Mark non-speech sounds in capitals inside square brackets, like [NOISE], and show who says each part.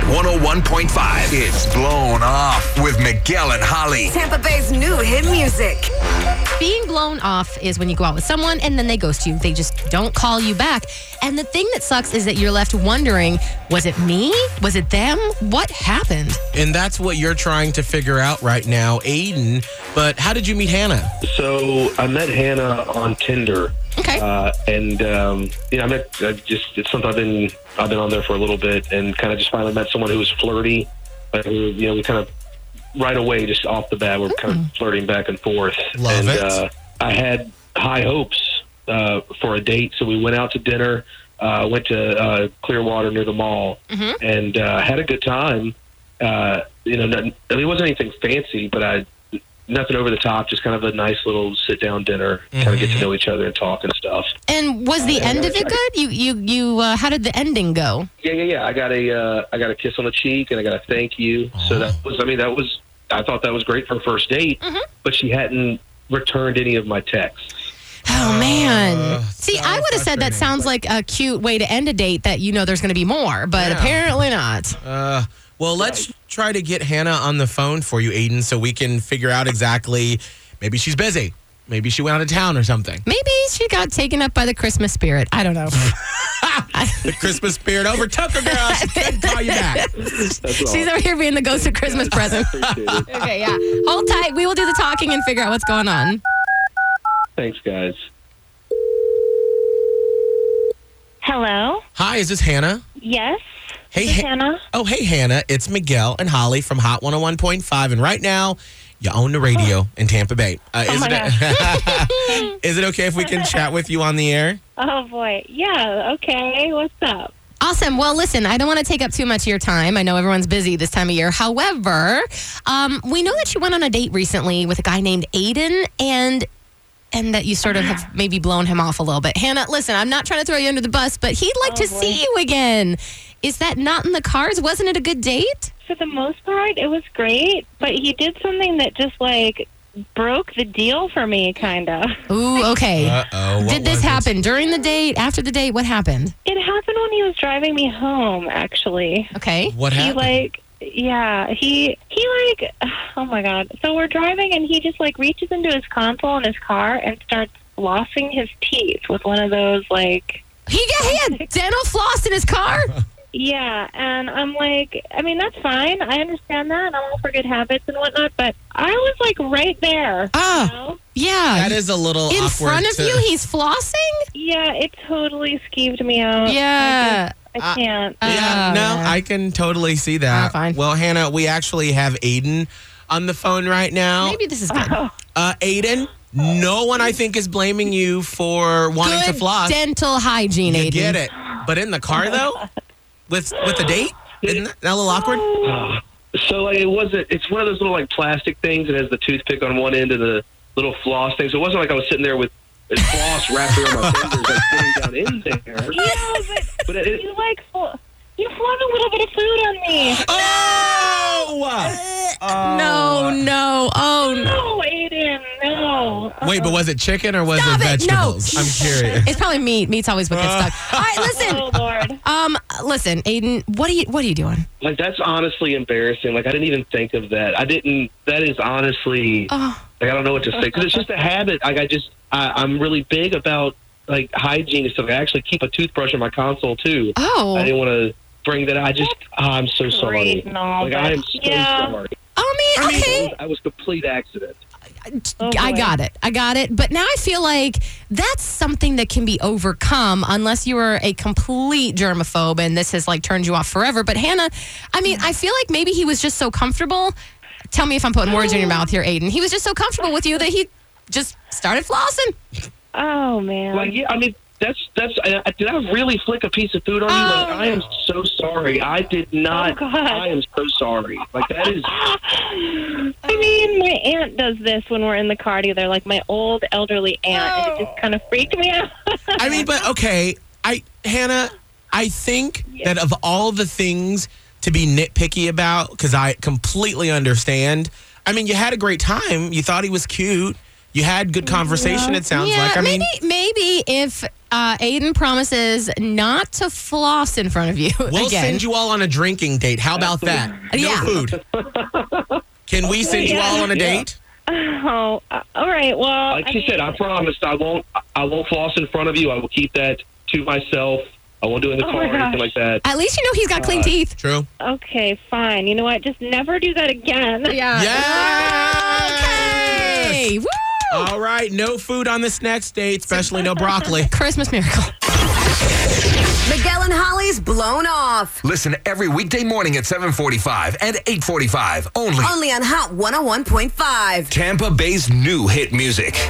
Speaker 1: 101.5. It's Blown Off with Miguel and Holly.
Speaker 2: Tampa Bay's new hit music.
Speaker 3: Being blown off is when you go out with someone and then they ghost you. They just don't call you back. And the thing that sucks is that you're left wondering was it me? Was it them? What happened?
Speaker 4: And that's what you're trying to figure out right now, Aiden. But how did you meet Hannah?
Speaker 5: So I met Hannah on Tinder.
Speaker 3: Okay.
Speaker 5: Uh, and um, you know, I met. I just it's something I've been I've been on there for a little bit, and kind of just finally met someone who was flirty. Like we, you know, we kind of right away, just off the bat, we're kind of flirting back and forth.
Speaker 4: Love
Speaker 5: and
Speaker 4: it.
Speaker 5: Uh, I had high hopes uh, for a date, so we went out to dinner. Uh, went to uh, Clearwater near the mall and uh, had a good time. Uh, you know, not, I mean, it wasn't anything fancy, but I nothing over the top, just kind of a nice little sit down dinner, kind of get to know each other and talk and stuff.
Speaker 3: And was the end of it good? You, you, you, uh, how did the ending go?
Speaker 5: Yeah, yeah, yeah. I got a uh, I got a kiss on the cheek and I got a thank you. So that was I mean that was I thought that was great for a first date, but she hadn't returned any of my texts.
Speaker 3: Oh, man. See,
Speaker 4: Uh, so
Speaker 3: I would have said that
Speaker 4: frustrating.
Speaker 3: sounds like a cute way to end a date that you know there's going to be more, but
Speaker 4: Yeah.
Speaker 3: apparently not.
Speaker 4: Uh, well, let's try to get Hannah on the phone for you, Aiden, so we can figure out exactly. Maybe she's busy. Maybe she went out of town
Speaker 3: [LAUGHS]
Speaker 4: or something.
Speaker 3: Maybe she got taken up by the Christmas spirit. I don't know. [LAUGHS]
Speaker 4: The Christmas spirit overtook her,
Speaker 3: [LAUGHS]
Speaker 4: girl. She couldn't call you back.
Speaker 5: That's all.
Speaker 3: She's over here being the ghost of
Speaker 4: [LAUGHS]
Speaker 3: Christmas present.
Speaker 5: [LAUGHS] Appreciate it.
Speaker 3: Okay, yeah. Hold tight. We will do the talking and figure out what's going on.
Speaker 5: Thanks, guys.
Speaker 6: Hello.
Speaker 4: Hi, is this Hannah?
Speaker 6: Yes.
Speaker 4: Hey,
Speaker 6: This is
Speaker 4: Ha-
Speaker 6: Hannah.
Speaker 4: Oh, hey, Hannah. It's Miguel and Holly from Hot 101.5. And right now, you own the radio in Tampa Bay. Uh,
Speaker 6: Oh
Speaker 4: is,
Speaker 6: my [LAUGHS]
Speaker 4: it, [LAUGHS] is it okay if we can chat with you on the air?
Speaker 6: Oh boy. Yeah. Okay. What's up?
Speaker 3: Awesome. Well, listen, I don't want to take up too much of your time. I know everyone's busy this time of year. However, um, we know that you went on a date recently with a guy named Aiden and and that you sort of
Speaker 4: [GASPS]
Speaker 3: have maybe blown him off a little bit. Hannah, listen, I'm not trying to throw you under the bus, but he'd like
Speaker 4: Oh,
Speaker 3: to
Speaker 6: boy.
Speaker 3: see you again. Is that not in the cards? Wasn't it a good date?
Speaker 6: For the most part, it was great, but he did something that just like broke the deal for me, kind of.
Speaker 3: Ooh, okay.
Speaker 4: oh.
Speaker 3: Did this happen during the date, after the date? What happened?
Speaker 6: It happened when he was driving me home, actually.
Speaker 3: Okay.
Speaker 4: What
Speaker 6: He
Speaker 4: happened?
Speaker 6: like. Yeah, he he like [SIGHS] oh my god. So we're driving and he just like reaches into his console in his car and starts flossing his teeth with one of those like
Speaker 3: He, got, he had dental floss in his car?
Speaker 6: Yeah, and I'm like, I mean, that's fine. I understand that, and I'm all for good habits and whatnot. But I was like right there.
Speaker 3: Ah.
Speaker 6: you know?
Speaker 3: Yeah.
Speaker 4: that is a little
Speaker 3: in
Speaker 4: awkward
Speaker 3: front of
Speaker 4: to-
Speaker 3: you, he's flossing?
Speaker 6: Yeah, it totally skeeved me out.
Speaker 3: Yeah. Ah.
Speaker 6: I, just-
Speaker 4: Uh,
Speaker 6: I can't.
Speaker 4: Yeah,
Speaker 3: Oh,
Speaker 4: no,
Speaker 3: yeah.
Speaker 4: I can totally see that.
Speaker 3: Oh, fine.
Speaker 4: Well, Hannah, we actually have Aiden on the phone right now.
Speaker 3: Maybe this is good.
Speaker 4: Uh, Aiden, no one I think is blaming you for wanting
Speaker 3: good
Speaker 4: to floss.
Speaker 3: dental hygiene,
Speaker 4: you
Speaker 3: Aiden.
Speaker 4: get it, but in the car though, with with a date, isn't that a little awkward?
Speaker 5: So like, it wasn't. It's one of those little like plastic things that has the toothpick on one end and the little floss thing. So it wasn't like I was sitting there with a floss wrapped around my fingers, like sitting down in there.
Speaker 6: no,
Speaker 5: But it,
Speaker 6: but you like fl- you flung a little bit of food on me.
Speaker 4: Oh!
Speaker 3: No, no, oh no.
Speaker 6: No, Aiden, no.
Speaker 4: Wait, but was it chicken or was
Speaker 3: Stop
Speaker 4: it
Speaker 3: it, no.
Speaker 4: vegetables? I'm curious.
Speaker 3: It's probably meat. Meat's always what gets
Speaker 4: [LAUGHS]
Speaker 3: stuck. All right, listen.
Speaker 6: Oh
Speaker 5: ah,
Speaker 6: Lord.
Speaker 3: Um, listen, Aiden, what are you what are you doing?
Speaker 5: Like that's honestly embarrassing. Like I didn't even think of that. I didn't. That is honestly.
Speaker 3: Oh.
Speaker 5: Like I don't know what to say because it's just a habit. Like I just I, I'm really big about like hygiene and stuff. I actually keep a toothbrush in my console too. I
Speaker 3: Oh.
Speaker 5: didn't want to bring that. I just oh, I'm so sorry.
Speaker 6: Great and all,
Speaker 5: Like I am
Speaker 6: but-
Speaker 5: so
Speaker 6: yeah.
Speaker 5: sorry.
Speaker 3: Oh man, okay.
Speaker 5: I was complete accident.
Speaker 6: Oh,
Speaker 3: I
Speaker 6: boy.
Speaker 3: got it. I got it. But now I feel like that's something that can be overcome unless you are a complete germaphobe and this has like turned you off forever. But Hannah, I mean, I feel like maybe he was just so comfortable. Tell me if I'm putting words in your mouth here, Aiden. He was just so comfortable with you that he just started flossing.
Speaker 6: Oh man.
Speaker 5: Like yeah, I mean that's that's. I, I- did I really flick a piece of food on you? Like
Speaker 6: Oh.
Speaker 5: I am so sorry. I did not.
Speaker 6: God.
Speaker 5: I am so sorry. Like that is.
Speaker 6: I mean, my aunt does this when we're in the car together, like my old elderly aunt. and
Speaker 3: Oh.
Speaker 6: It just kind of freaked me [LAUGHS] out.
Speaker 4: I mean, but okay, I Hannah, I think that of all the things to be nitpicky about, because I completely understand. I mean, you had a great time. You thought he was cute. You had good conversation. It sounds like. I mean,
Speaker 3: maybe maybe if uh, Aiden promises not to floss in front of you
Speaker 4: we'll
Speaker 3: again.
Speaker 4: send you all on a drinking date. How about that? No
Speaker 3: Yeah.
Speaker 4: food. Can we send you all on a
Speaker 5: Yeah.
Speaker 4: date?
Speaker 6: [LAUGHS] Oh, uh, all right. Well,
Speaker 5: Like
Speaker 6: I
Speaker 5: she said, I promised I won't. I won't floss in front of you. I will keep that to myself. I won't do it in the
Speaker 6: Oh,
Speaker 5: car
Speaker 6: my
Speaker 5: or anything
Speaker 6: gosh.
Speaker 5: like that.
Speaker 3: At least you know he's got clean teeth.
Speaker 4: True.
Speaker 6: okay, fine. You know what? Just never do that again.
Speaker 3: Yeah.
Speaker 4: Yes!
Speaker 3: Okay. Woo!
Speaker 4: All right, no food on this next date, especially no broccoli.
Speaker 3: Christmas miracle.
Speaker 2: Miguel and Holly's Blown Off.
Speaker 1: Listen every weekday morning at 745 and 845 only.
Speaker 2: Only on Hot 101.5.
Speaker 1: Tampa Bay's new hit music.